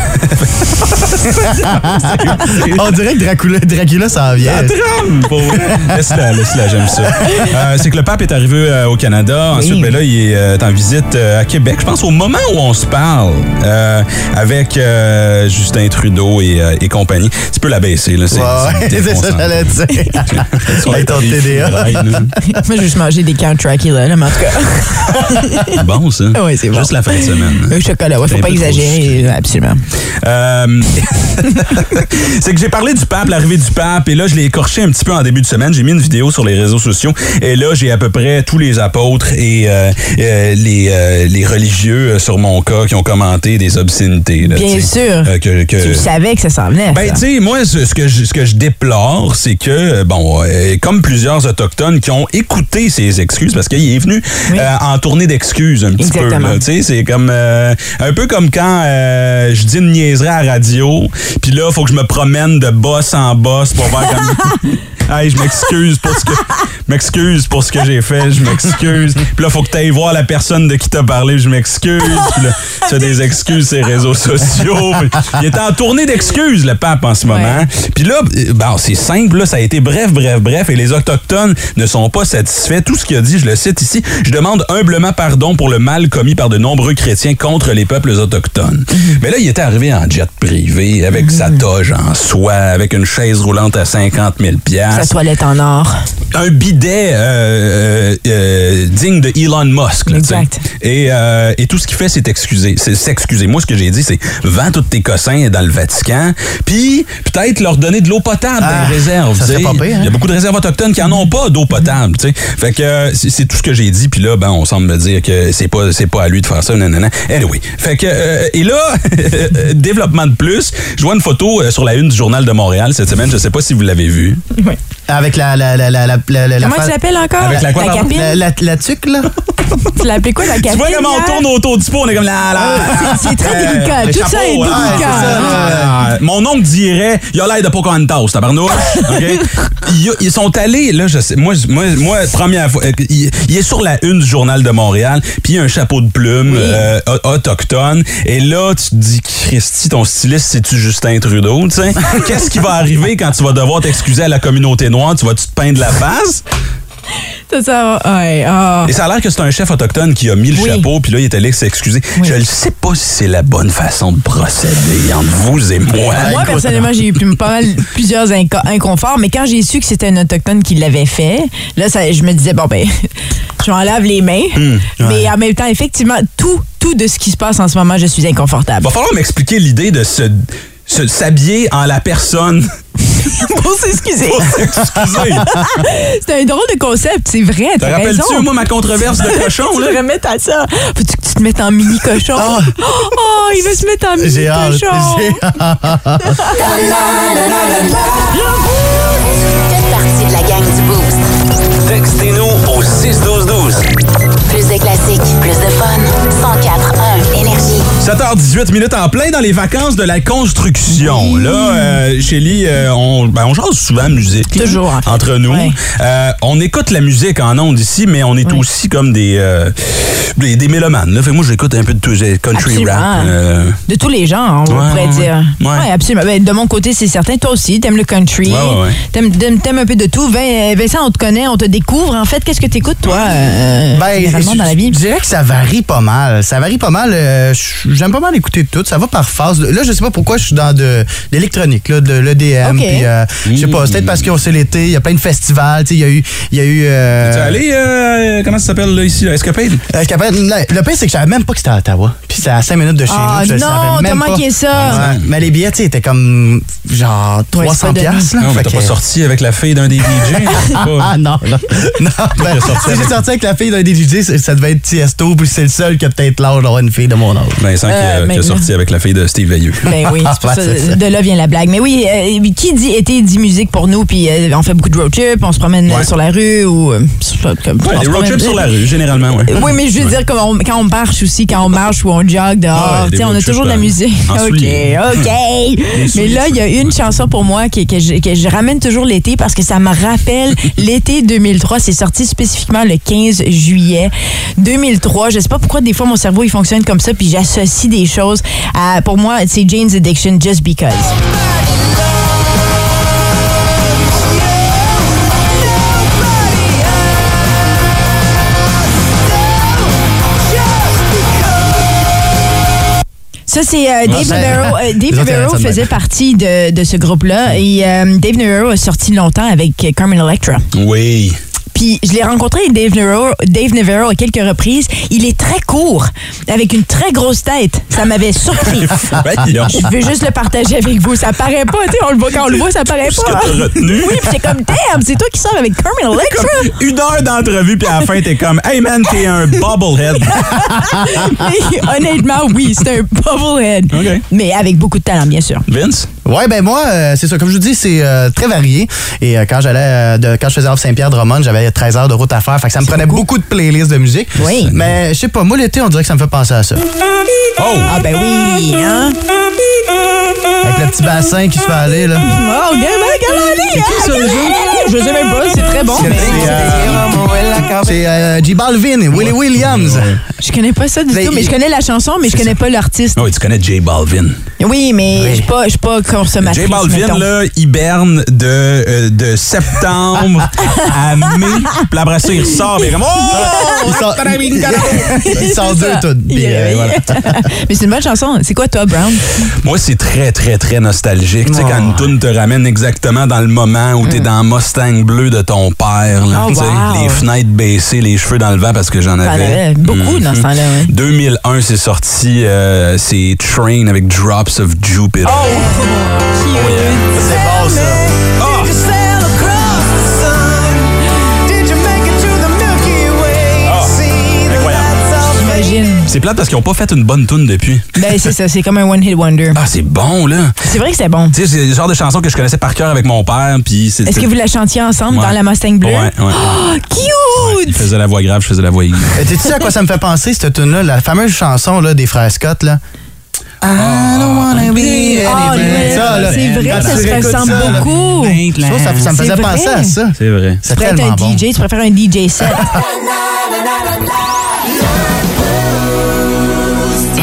On dirait que Dracula, Dracula s'en Ah, vient. Drame, pour vrai. Laisse-la, laisse-la, j'aime ça. Euh, c'est que le pape est arrivé euh, au Canada. Ensuite, ben là, il est euh, en visite euh, à Québec. Je pense au moment où on se parle euh, avec euh, Justin Trudeau et, euh, et compagnie. Tu peux l'abaisser, là. C'est Ouais, c'est c'est ça que défonçant. j'allais dire. Avec ton TDA. Moi, j'ai juste mangé des camps Dracula, là, mais en tout cas, Bon, ça. Ah ouais, c'est bon. Juste la fin de semaine. le chocolat, ouais, C'est faut un pas peu trop sucré. exagérer, absolument. Euh, c'est que j'ai parlé du pape, l'arrivée du pape, et là, je l'ai écorché un petit peu en début de semaine. J'ai mis une vidéo sur les réseaux sociaux, et là, j'ai à peu près tous les apôtres et euh, euh, les, euh, les religieux euh, sur mon cas qui ont commenté des obscénités. là, Bien tu sais, sûr. euh, que- que- Tu le savais que ça s'en venait. ben, ça. tu sais, moi, ce, ce que je, ce que je déplore, c'est que, euh, bon, euh, comme plusieurs Autochtones qui ont écouté ces excuses, parce qu'il est venu Oui. euh, en tournée d'excuses un petit Exactement. peu. là, Tu sais, c'est comme, euh, un peu comme quand euh, je dis une niaiserie à la radio, puis là, faut que je me promène de boss en boss pour voir comme. Hey, je m'excuse pour ce que je m'excuse pour ce que j'ai fait, je m'excuse. Puis là, faut que tu ailles voir la personne de qui t'as parlé, je m'excuse. Puis là, tu as des excuses sur les réseaux sociaux. Il est en tournée d'excuses le pape en ce moment. Puis là, euh, bon, c'est simple, là, ça a été bref, bref, bref et les autochtones ne sont pas satisfaits. Tout ce qu'il a dit, je le cite ici, je demande humblement pardon pour le mal commis par de nombreux chrétiens contre les peuples autochtones. Mais là, il était arrivé en jet privé avec sa toge en soie, avec une chaise roulante à 50 000 Sa piastres toilette en or. un bidet euh, euh, euh, digne de Elon Musk. là, tu sais. Exact. et, euh, et tout ce qu'il fait, c'est excuser. C'est s'excuser. Moi, ce que j'ai dit, c'est vends tous tes cossins dans le Vatican, puis peut-être leur donner de l'eau potable dans Ah, les réserves. ça tu sais. serait pas pire, hein? Il y a beaucoup de réserves autochtones qui en ont pas d'eau potable. tu sais. Fait que euh, c'est c'est tout ce que j'ai dit, puis là, ben, on semble me dire que c'est pas, c'est pas à lui de faire ça. Nanana. Anyway. Fait que, euh, et là, développement de plus, je vois une photo euh, sur la une du Journal de Montréal cette semaine. Je sais pas si vous l'avez vue. Avec la. la, la, la, la, la, la Comment fa- tu l'appelles encore? Avec la quoi, pardon? capine? La, la, la tuque, là. Tu l'as appelé quoi, la capine? Tu vois comment on hier? tourne autour du pot, on est comme là, là. C'est très Euh, délicat. le Tout chapeau, ça est ouais, délicat. c'est ça, hein? là. Mon oncle dirait, il a l'air de Pocahontas, tabarnouche. OK? Ils, ils sont allés, là, je sais, moi, moi, moi première fois, euh, il, il est sur la une du Journal de Montréal, puis il a un chapeau de plume euh, au- autochtone. Et là, tu te dis, Christy, ton styliste, c'est-tu Justin Trudeau, tu sais? Qu'est-ce qui va arriver quand tu vas devoir t'excuser à la communauté noire? Tu vas-tu te peindre la face? Ça, ça va. Ouais, ah. Et ça a l'air que c'est un chef autochtone qui a mis le Oui. chapeau, puis là, il est allé s'excuser. Je ne sais pas si c'est la bonne façon de procéder entre vous et moi. Moi, personnellement, j'ai eu plus- pas mal, plusieurs inco- inconforts, mais quand j'ai su que c'était un Autochtone qui l'avait fait, là, ça- je me disais, bon, ben, je m'en lave les mains. Hmm, Mais en même temps, effectivement, tout, tout de ce qui se passe en ce moment, je suis inconfortable. Va falloir m'expliquer l'idée de se se- s'habiller en la personne Pour s'excuser. pour s'excuser. C'est un drôle de concept, c'est vrai, Te t'as raison. rappelles-tu, moi, ma controverse de cochon, Tu là? Ah. devrais mettre à ça. Faut-tu que tu te mettes en mini-cochon? Oh, il veut se mettre en J'ai hâte. mini-cochon. J'ai Faites partie de la gang du Boost. Textez-nous au 61212. Plus de classiques, plus de fun. 104.1 Énergie. 7h18 minutes en plein dans les vacances de la construction. Là, euh, Chélie, euh, on, ben, on jase souvent musique. là, Toujours. entre nous. Ouais. Euh, on écoute la musique en ondes ici, mais on est aussi comme des, euh, des, des mélomanes. Là. Fait que moi, j'écoute un peu de tout, euh, country Absolument. rap. euh, De tous les genres, on Ouais, pourrait ouais, dire. ouais. Ouais. absolument. Ben, de mon côté, c'est certain. Toi aussi, t'aimes le country. Ouais, ouais, ouais. T'aimes, t'aimes- t'aimes un peu de tout. Vin- euh, Vincent, on te connaît, on te découvre. En fait, qu'est-ce que t'écoutes, toi, euh, généralement Ben, je- dans la vie? Je dirais que ça varie pas mal. Ça varie pas mal. euh, je- J'aime pas mal écouter tout. Ça va par phase. Là, je sais pas pourquoi je suis dans de l'électronique, là, de Ok. l'EDM. Puis, euh, je sais pas, c'est peut-être parce qu'on sait l'été, il y a plein de festivals. Tu sais, il y a eu. Il y a eu euh, T'es allé, euh, comment ça s'appelle là, ici, la Escapade? euh, Escapade- le pire, c'est que je savais même pas que c'était à Ottawa. Puis c'était à 5 minutes de chez Ah, nous. Je le non, savais même t'as manqué pas. ça. Ouais. Mais les billets, tu sais, étaient comme genre Ouais, 300 c'est pas donné. piastres. là. Non, mais Fait t'as que- pas sorti avec la fille d'un des DJ. c'est pas- Ah non, non. non ben, sorti si j'ai avec- sorti avec la fille d'un des DJ, ça ça devait être Tiesto, puis c'est le seul qui a peut-être l'âge d'avoir une fille de mon âge. Vincent qui, a, Euh, qui a maintenant. sorti avec la fille de Steve Veilleux. Ben oui, c'est pour Ouais, ça, c'est ça. de là vient la blague. Mais oui, euh, qui dit été dit musique pour nous, puis euh, on fait beaucoup de road trip, on se promène euh, Ouais. sur la rue ou. euh, sur- comme- on Ouais, se des road promène- trips sur la rue, généralement, ouais. Oui, mais je veux dire, comme on- quand on marche aussi, quand on marche ou on jog Ah dehors, ouais, des tu sais, on road a trips, toujours de la euh, musique. en OK, souliers. OK. Mais souliers, là, il y a une chanson pour moi que, que je, que je ramène toujours l'été parce que ça me rappelle l'été 2003. C'est sorti spécifiquement le 15 juillet 2003. Je sais pas pourquoi des fois mon cerveau il fonctionne comme ça, puis j'associe associe des choses à, pour moi, c'est Jane's Addiction Just Because. Ça, c'est euh, Dave Ouais. Navarro. euh, Dave Les Navarro autres, ils arrêtent ça de faisait même. partie de, de ce groupe-là. Et euh, Dave Navarro a sorti longtemps avec euh, Carmen Electra. Oui. Puis je l'ai rencontré, Dave Navarro, Dave Navarro, à quelques reprises. Il est très court, avec une très grosse tête. Ça m'avait surpris. Voyons. Je veux juste le partager avec vous. Ça paraît pas, tu sais, on le voit quand on le voit, ça paraît Tout ce pas. que t'as retenu. Oui, puis c'est comme damn, c'est toi qui sors avec Carmen Electra. Comme une heure d'entrevue, puis à la fin, t'es comme, hey man, t'es un bobblehead. Mais honnêtement, oui, c'est un bubblehead. OK. Mais avec beaucoup de talent, bien sûr. Vince? Ouais, ben moi, euh, c'est ça. Comme je vous dis, c'est euh, très varié. Et euh, quand j'allais, euh, de, quand je faisais off Saint-Pierre de Drummond, j'avais 13 heures de route à faire. Fait que ça me prenait beaucoup. de playlists de musique. Oui. Mais je sais pas, moi l'été, on dirait que ça me fait penser à ça. Oh! Ah ben oui, hein? Avec le petit bassin qui se fait aller là. Oh, regarde, regarde, allez, hein? Je sais même pas, c'est très bon. C'est, mais- euh, C'est euh, J Balvin et Willie Williams. Je connais pas ça du Mais tout, mais il- je connais la chanson, mais je connais pas l'artiste. Oh, et tu connais J Balvin. Oui, mais je suis pas, je suis pas consommatrice. J Balvin, mettons. là, hiberne de, euh, de septembre à mai. Puis après ça, il ressort. Puis il est comme, oh! Ils sont, ils sont deux toutes. Il Puis, est euh, réveillé. voilà. mais c'est une bonne chanson. C'est quoi toi, Brown? Moi, c'est très, très, très nostalgique. Tu sais, quand une toune te ramène exactement dans le moment où t'es dans le Mustang bleu de ton père. Là, Mm. Oh, Tu sais, wow. Les fenêtres baissées, les cheveux dans le vent parce que j'en J'en avais. Mm-hmm. avais Mhm. beaucoup dans ce temps-là, ouais. 2001, c'est sorti, euh, c'est Train avec Drops of Jupiter. C'est bon ça. Ah! Ah! Incroyable. J'imagine. C'est plate parce qu'ils n'ont pas fait une bonne toune depuis. Ben c'est ça, c'est comme un one hit wonder. Ah, c'est bon, là. C'est vrai que c'est bon. Tu sais, c'est le genre de chanson que je connaissais par cœur avec mon père. Puis c'est- Est-ce que vous la chantiez ensemble Ouais. dans la Mustang bleue? Ouais, ouais. Oh, Il cute! faisait la voix grave, je faisais la voix aiguë. Euh, T'es-tu sais à quoi ça me fait penser, cette tune-là? La fameuse chanson là, des frères Scott, là. I don't wanna be Oh, anybody. ouais, Ça, là. c'est vrai Quand que ça tu se réécoutes ressemble ça, là, beaucoup. Tu Je trouve que ça, ça me C'est faisait vrai. penser à ça. C'est vrai. C'est pourrais être tellement un bon. Euh, DJ, tu préfères un DJ set.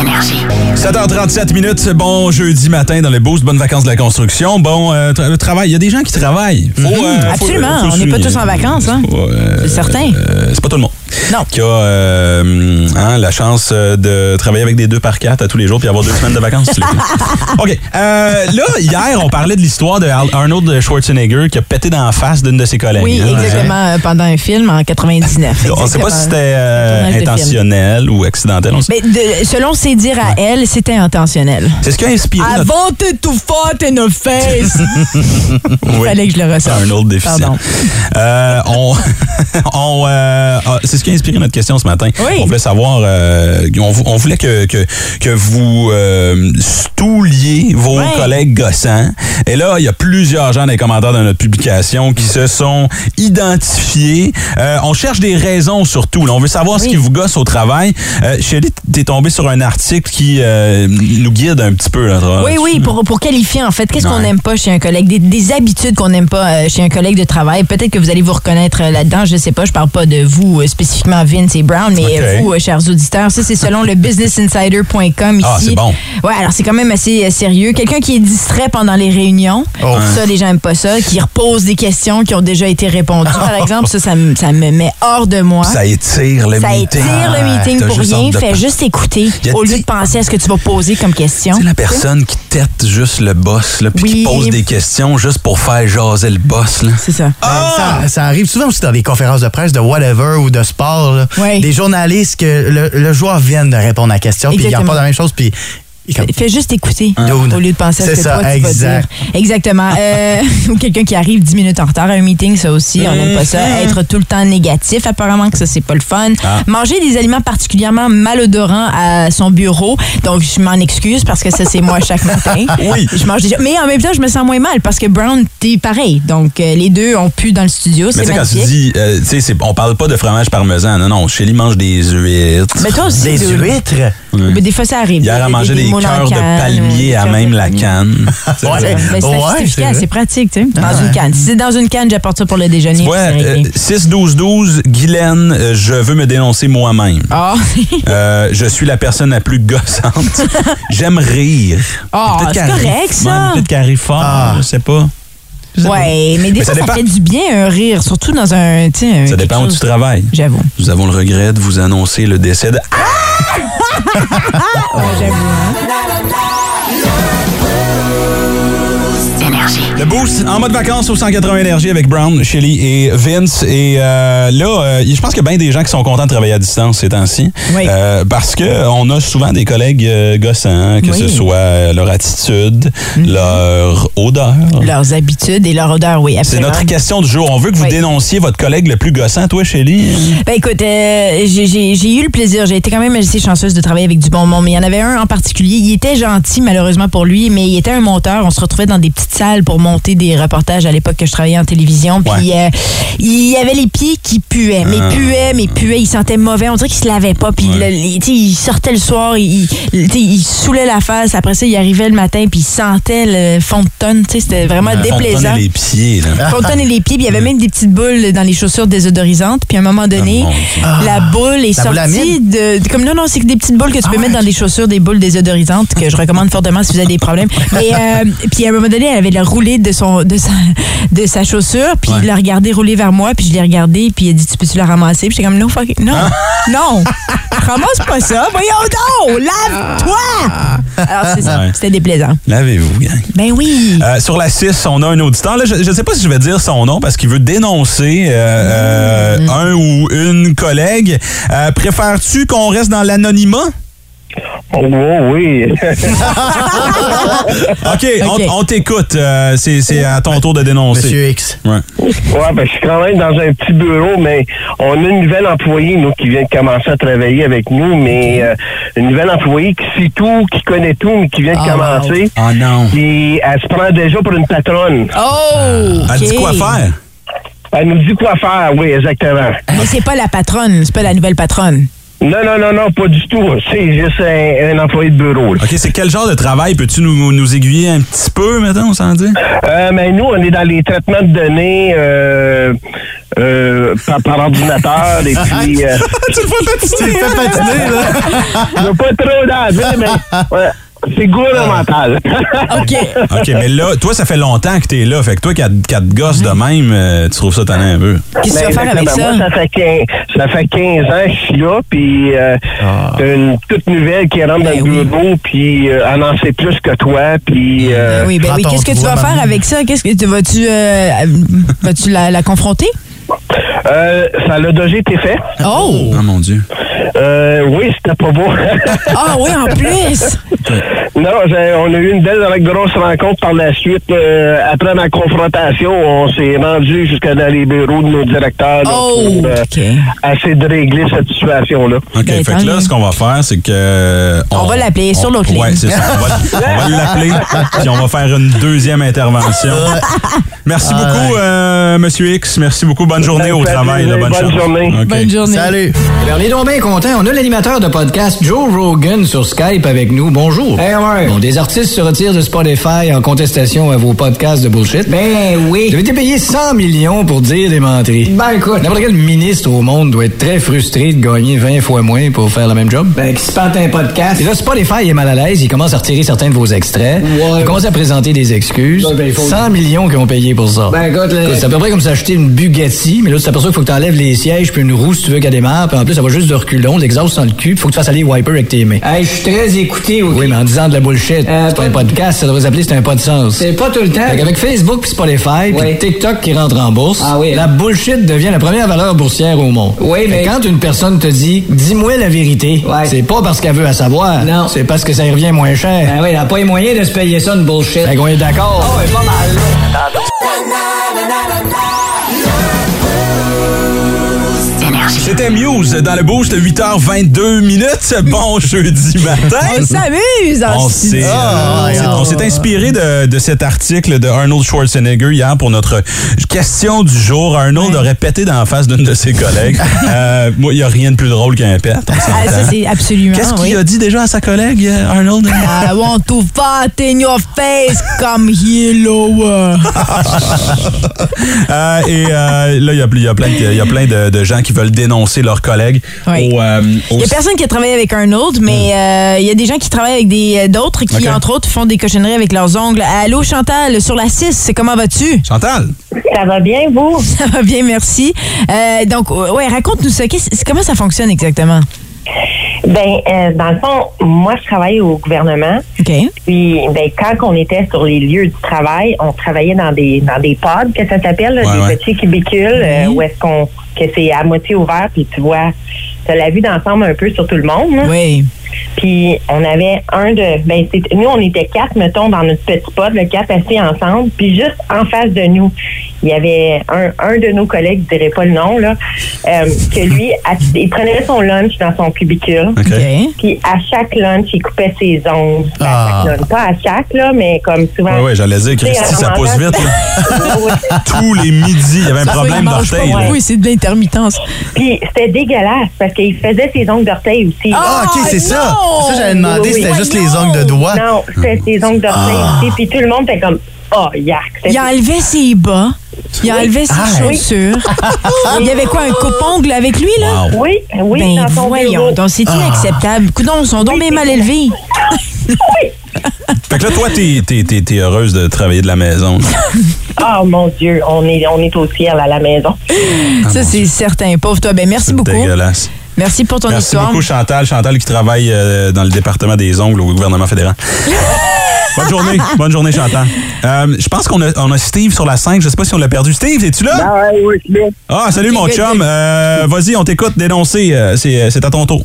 Énergie. 7h37 minutes, bon jeudi matin dans le boost, bonnes vacances de la construction. Bon, euh, tra- le travail, il y a des gens qui travaillent. Faut, euh, faut- Mhm. Absolument, on n'est souligner. pas tous en vacances, hein. Ouais, euh, C'est certain. euh, c'est pas tout le monde. Non. Qui a euh, hum, hein, la chance euh, de travailler avec des deux par quatre à tous les jours puis avoir deux semaines de vacances. c'est le fun. OK. Euh, là, hier, on parlait de l'histoire de Al- Arnold Schwarzenegger qui a pété dans la face d'une de ses collègues. Oui, hein. exactement, euh, pendant un film en 99. On ne sait pas si exactement. c'était euh, Tournage de film. intentionnel ou accidentel. on sait- Mais de- selon ses dires à elle, c'était intentionnel. C'est ce qui a inspiré notre Avant de tout faire, une face. Il Oui. fallait que je le C'est ressorte. un autre déficient. Pardon. Euh, on, on, euh, ah, c'est ce qui a inspiré notre question ce matin. Oui. On voulait savoir, euh, on, vou- on voulait que, que, que vous euh, stouliez vos Ouais. collègues gossants. Et là, il y a plusieurs gens dans les commentaires de notre publication qui se sont identifiés. Euh, on cherche des raisons surtout. là. On veut savoir ce Oui. qui vous gosse au travail. Euh, Shelly, t'es tombée sur un article qui euh, nous guide un petit peu. Là, à travers Oui, là-dessus. oui, pour, pour qualifier, en fait, qu'est-ce qu'on Ah, Ouais. n'aime pas chez un collègue, des, des habitudes qu'on n'aime pas euh, chez un collègue de travail. Peut-être que vous allez vous reconnaître euh, là-dedans. Je sais pas, je parle pas de vous euh, spécifiquement, Vince et Brown, mais euh, Ok. vous, euh, chers auditeurs, ça, c'est selon le businessinsider.com ici. Ah, c'est bon. Ouais, alors c'est quand même assez euh, sérieux. Quelqu'un qui est distrait pendant les réunions, Oh. ça, les gens n'aiment pas ça, qui repose des questions qui ont déjà été répondues, par exemple, ça, ça, me- ça me met hors de moi. Ça étire le Ça meeting. étire Ah, le meeting T'as pour juste rien. hâte de Fais juste écouter Y a au lieu dix- de penser à ce que tu vas poser comme question. Tu sais, la personne qui tête juste le boss, là, puis qui Hein? Oui. pose des questions juste pour faire jaser le boss. Là. C'est ça. Ça, ça arrive souvent aussi dans des conférences de presse de whatever ou de sport. là. Ouais. Des journalistes que le, le joueur vient de répondre à la question, puis il Exactement. pas la même chose, puis il- comme- Fais juste écouter Hein? Dude. au lieu de penser à ce C'est que ça, toi tu vas exact. dire. Exactement. Euh, ou quelqu'un qui arrive 10 minutes en retard à un meeting, ça aussi, on n'aime pas Mm-hmm. ça. Être tout le temps négatif, apparemment que ça, c'est pas le fun. Ah. Manger des aliments particulièrement malodorants à son bureau. Donc, je m'en excuse parce que ça, c'est moi chaque matin. Je mange déjà. Mais en même temps, je me sens moins mal parce que Brown, t'es pareil. Donc, euh, les deux ont pu dans le studio. Mais C'est tu sais, quand tu magnifique. dis, euh, tu sais, c'est- on parle pas de fromage parmesan. Non, non, Shelly mange des huîtres. Mais toi aussi, des dude. huîtres. Mais Des fois, ça arrive. Hier, elle mangeait des moules en cœurs de canne, palmier ou à des même cœurs la de- canne. Ouais. Ben, c'est Ouais, c'est efficace, vrai. c'est pratique, tu sais. Dans une canne. Si c'est dans une canne, j'apporte ça pour le déjeuner. Ouais, puis c'est euh, réglé. 6-12-12, Guylaine, euh, je veux me dénoncer moi-même. Ah, Euh, je suis la personne la plus gossante. J'aime rire. Ah, Peut-être c'est qu'elle rit- correct, ça. Ouais, mais Peut-être qu'elle rit fort, je sais pas. Je sais ouais, mais des Mais ça fois, ça, dépend. fait du bien un rire, surtout dans un. tu sais, un- Ça quelque dépend où tu chose- travailles. J'avoue. Nous avons le regret de vous annoncer le décès de... Ah! Le boost en mode vacances au 180 Énergie avec Brown, Shelly et Vince. Et euh, là, euh, je pense qu'il y a bien des gens qui sont contents de travailler à distance ces temps-ci. Oui. Euh, parce que on a souvent des collègues euh, gossants, que Oui. Mhm. ce soit euh, leur attitude, leur odeur. Leurs habitudes et leur odeur, oui, C'est absolument. notre question du jour. On veut que vous Oui. dénonciez votre collègue le plus gossant, toi, Shelly. hein? Ben écoute, euh, j'ai- j'ai j'ai eu le plaisir. J'ai été quand même assez chanceuse de travailler avec du bon monde. Mais il y en avait un en particulier. Il était gentil, malheureusement pour lui, mais il était un monteur. On se retrouvait dans des petites salles pour monter des reportages à l'époque que je travaillais en télévision. Puis euh, il avait les pieds qui puaient, mais Ah. puaient, mais puaient. Il sentait mauvais. On dirait qu'il se lavait pas. Puis le- il- tu sais, il sortait le soir, il, il- tu sais, il saoulait la face. Après ça, il arrivait le matin, puis il sentait le fond de tonne. Tu sais, C'était vraiment déplaisant. Fontaine et les pieds, là. Fontaine et les pieds, puis il y avait même des petites boules dans les chaussures désodorisantes. Puis à un moment donné, Ah, mon Dieu. la boule est La boule à sortie de, de- Comme non, non, c'est que des petites boules que tu Ah, peux mettre dans les chaussures, des boules désodorisantes que je recommande fortement si vous avez des problèmes. Et euh, puis à un moment donné, elle avait la roulée de son de sa de sa chaussure, puis il l'a regardée rouler vers moi, puis je l'ai regardée, puis il a dit tu peux-tu la ramasser Puis j'étais comme non fuck, it, non, Hein? non, ramasse pas ça, voyons donc, lave-toi. Alors c'est ça, Ah. Ouais. c'était déplaisant. Lavez-vous, gang. Ben oui. Euh, sur la 6, on a un auditeur. Là, je ne sais pas si je vais dire son nom parce qu'il veut dénoncer euh, euh, un ou une collègue. Euh, Préfères-tu qu'on reste dans l'anonymat? Oh, wow, oui. OK, on, on t'écoute. Euh, C'est c'est à ton tour de dénoncer. Monsieur X. Ouais. Ouais, ben, je suis quand même dans un petit bureau, mais on a une nouvelle employée, nous, qui vient de commencer à travailler avec nous, mais euh, une nouvelle employée qui sait tout, qui connaît tout, mais qui vient de Ah, commencer. Oh non. Puis elle se prend déjà pour une patronne. Oh. euh, Elle OK. dit quoi faire? Elle nous dit quoi faire, oui, exactement. Mais c'est pas la patronne, c'est pas la nouvelle patronne. Non, non, non, non, pas du tout. C'est juste un, un employé de bureau. là. OK, c'est quel genre de travail? Peux-tu nous, nous aiguiller un petit peu, mettons, sans dire? Euh, mais nous, on est dans les traitements de données euh, euh, par, par ordinateur et puis... euh, tu le fais Tu le fais patiner, là. je veux pas trop d'âge, mais ouais, c'est gouvernemental. OK. OK, mais là, toi, ça fait longtemps que t'es là. Fait que toi, quatre quatre gosses de même, euh, tu trouves ça tannant un peu. Qu'est-ce que tu vas Ben, faire avec exactement. ça? Moi, ça fait 15, ça fait 15 ans que je suis là, puis euh, t'as une toute nouvelle qui rentre Ah. Ben dans oui. le bureau, puis euh, elle en sait plus que toi, puis... euh, Oui, ben oui. Prends ton Qu'est-ce que tu doigt, vas maman. faire avec ça? Qu'est-ce que tu vas-tu euh, vas-tu la, la confronter? euh, ça l'a déjà été fait. Oh! Oh mon Dieu. Euh, oui, c'était pas beau. Ah oui, en plus! non, j'ai- on a eu une belle grosse rencontre par la suite. euh, après ma confrontation, on s'est rendu jusqu'à dans les bureaux de nos directeurs là, Oh! pour euh, OK. essayer de régler cette situation-là. OK, Ben, fait tant que là, mieux. ce qu'on va faire, c'est que. On va l'appeler sur on- l'autre ligne. Ouais, c'est ça. On va, on va l'appeler, puis on va faire une deuxième intervention. Merci beaucoup, euh, Monsieur X. Merci beaucoup. Bonne journée au fait travail. là. plaisir. bonne, Bonne chance. journée. OK. Bonne journée. Salut. Alors, on est donc bien contents. On a l'animateur de podcast Joe Rogan sur Skype avec nous. Bonjour. Hey, ouais. Bon, des artistes se retirent de Spotify en contestation à vos podcasts de bullshit. Ben oui. Vous avez été payé 100 millions pour dire des menteries. Ben écoute. N'importe quel ministre au monde doit être très frustré de gagner 20 fois moins pour faire le même job. Ben, qui se pente un podcast. Et là, Spotify est mal à l'aise. Il commence à retirer certains de vos extraits. Il commence à présenter des excuses. Ouais, ben, il faut- 100 millions qui ont payé pour ça. Ben, écoute, là- C'est à peu près comme s'acheter une Bugatti, mais là, tu t'aperçois qu'il faut que t'enlèves les sièges puis une roue si tu veux qu'elle démarre, puis en plus, ça va juste de reculons, l'exhaust dans le cul, puis faut que tu fasses aller les wipers avec tes mains. Hey, je suis très écouté, ok? Oui, mais en disant de la bullshit, Euh, c'est pas- pas un podcast, ça devrait s'appeler c'est un pas de sens. C'est pas tout le temps. Fait avec Facebook puis Spotify puis Ouais. TikTok qui rentre en bourse, Ah oui. la bullshit devient la première valeur boursière au monde. Oui, Fait mais- quand une personne te dit dis-moi la vérité, Ouais. c'est pas parce qu'elle veut à savoir, Non. c'est parce que ça y revient moins cher. Ben oui, il a pas les moyens de se payer ça, une bullshit. Ah Fait qu'on est d'accord. Énergie. C'était Muse dans le boost, 8h22 minutes. Bon jeudi matin. On s'amuse hein, en On studio. s'est Ah, euh, on s'est- on s'est inspiré de, de cet article de Arnold Schwarzenegger hier pour notre question du jour. Arnold aurait pété dans la face d'une de ses collègues. Euh, moi, il n'y a rien de plus drôle qu'un pet. on s'entend. Ah, ça, c'est absolument. Qu'est-ce qu'il oui. a dit déjà à sa collègue, euh, Arnold? I want to fart in your face, come here lower. Euh, et euh, là, il y a, il y a plein, de, il y a plein de, de gens qui veulent dénoncer leurs collègues. Oui. au, euh, au- Il y a personne qui a travaillé avec un autre, mais euh, il y a des gens qui travaillent avec des euh, d'autres qui, Ok. entre autres, font des cochonneries avec leurs ongles. Allô, Chantal, sur la 6, c'est comment vas-tu? Chantal? Ça va bien, vous? Ça va bien, merci. Euh, donc, euh, ouais, raconte-nous ça. Qu'est-ce- c'est- comment ça fonctionne exactement? Ben, euh, dans le fond, moi, je travaille au gouvernement. OK. Puis, ben, quand on était sur les lieux du travail, on travaillait dans des dans des pods, que ça s'appelle, là, Ouais, des ouais. petits cubicules, euh, où est-ce qu'on que c'est à moitié ouvert, puis tu vois, tu as la vue d'ensemble un peu sur tout le monde. Oui. Puis, on avait un de, ben, c'est- nous, on était quatre, mettons, dans notre petit pod, le quatre assis ensemble, puis juste en face de nous, il y avait un, un de nos collègues, je dirais pas le nom, là, euh, que lui, à- il prenait son lunch dans son cubicule. Puis à chaque lunch, il coupait ses ongles. Ah. À chaque lunch. Pas à chaque, là, mais comme souvent. Ouais, ouais, j'allais dire, Tu sais, Christy, en ça pousse mangeant, vite. là. Tous les midis, il y avait un Ah, Ça, problème il mange d'orteil. pas, là. ouais. Oui, c'est de l'intermittence. Puis c'était dégueulasse parce qu'il faisait ses ongles d'orteil aussi. Ah, ok, c'est Oh, ça. Ça, j'avais demandé, c'était juste les ongles de doigts. Non, c'était ses ongles d'orteil Ah. aussi. Puis tout le monde était comme, oh, yark. Il a enlevé ses bas. Il a enlevé ses Ah, oui. chaussures. Il y avait quoi, un coupe-ongle avec lui, là? Oui, oui, Ben, dans son voyons, bureau. donc c'est Ah. inacceptable. Coudon, ils sont donc bien mal élevés. Ah, Fait que là, toi, t'es, t'es- t'es- t'es heureuse de travailler de la maison. Oh mon Dieu, on est, on est au ciel à la maison. ça, c'est certain. Pauvre toi. Ben, merci beaucoup. Dégueulasse. Merci pour ton Merci histoire. beaucoup, Chantal. Chantal qui travaille euh, dans le département des ongles au gouvernement fédéral. Bonne journée. Bonne journée, Chantal. Euh, je pense qu'on a, on a Steve sur la 5. Je sais pas si on l'a perdu. Steve, es-tu là? Ah, salut, Ok, mon good, chum. Euh, vas-y, on t'écoute dénoncer. Euh, c'est, c'est à ton tour.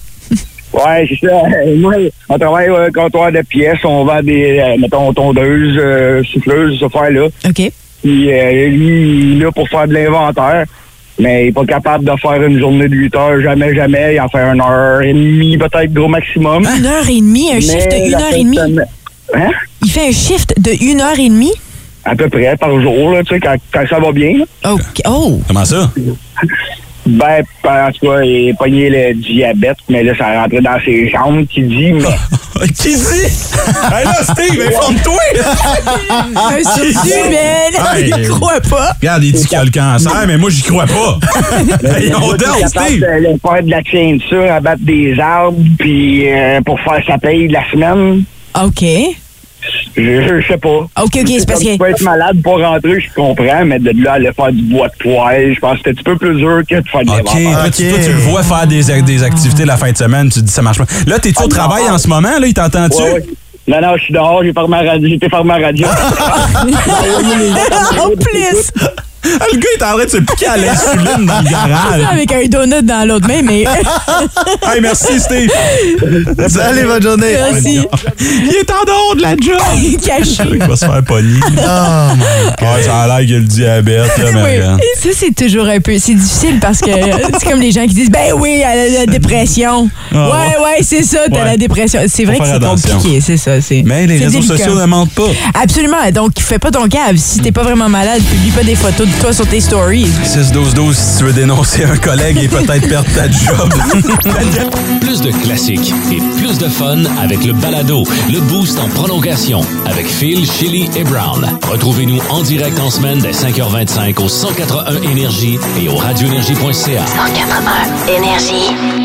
Ouais, c'est ça. Moi, on travaille au comptoir de pièces, on vend des, euh, mettons, tondeuses, euh, souffleuses, ce faire-là. OK. Hein? Puis euh, lui, il est là pour faire de l'inventaire, mais il n'est pas capable de faire une journée de 8 heures, jamais, jamais. Il en fait une heure et demie, peut-être, gros maximum. Une heure et demie, un Mais shift de une la heure fin et de demie. semaine- Hein? Il fait un shift de une heure et demie? À peu près par jour, là, tu sais, quand, quand ça va bien. là. Oh! Comment ça? Ben, en tout cas, il est pogné le diabète, mais là, ça rentrait dans ses jambes, qui dit, mais... Qui dit? hey, là, Steve, informe-toi! Ah. Un surhumain! Hey. Il croit pas! Regarde, il dit qu'il a le cancer, mais moi, j'y crois pas. hey, on Moi, je suis danse, capable Steve! de- de faire de la ceinture, abattre des arbres, puis euh, pour faire sa paye de la semaine. OK. Je, je sais pas. OK, OK, c'est parce que- Tu peux être malade pour rentrer, je comprends, mais de là, aller faire du bois de poêle, je pense que c'est un petit peu plus dur que de faire de OK, toi, tu- toi, tu le vois faire des, ac- des activités la fin de semaine, tu te dis ça marche pas. Là, t'es-tu au travail en ce moment? Là, il t'entend-tu? Ah Ouais, ouais. Non, non, je suis dehors, j'ai fermé ma radio. J'étais fermé ma radio. en plus! Ah, le gars il est en train de se piquer à l'insuline dans le garage. Avec un donut dans l'autre main, mais. hey, merci, Steve. Salut, bonne journée. Merci. Il est en dehors de la job. Caché. Il va se faire pogner. Oh, Ah, ça a l'air qu'il a le diabète, là, mais Ah, euh, Oui. regarde. Ça, c'est toujours un peu. C'est difficile parce que c'est comme les gens qui disent Ben oui, elle a la dépression. Ah, ouais, ouais, c'est ça, t'as Ouais. la dépression. C'est vrai Faut que faire c'est attention. compliqué, c'est ça. c'est- Mais les c'est réseaux délicat. sociaux ne mentent pas. Absolument. Donc, fais pas ton cave. Si t'es pas vraiment malade, publie pas des photos de toi sur tes stories. 6-12-12, si tu veux dénoncer un collègue et peut-être perdre ta job. Plus de classiques et plus de fun avec le balado, le boost en prolongation avec Phil, Chili et Brown. Retrouvez-nous en direct en semaine dès 5h25 au 181 Énergie et au radioénergie.ca. 181 Énergie.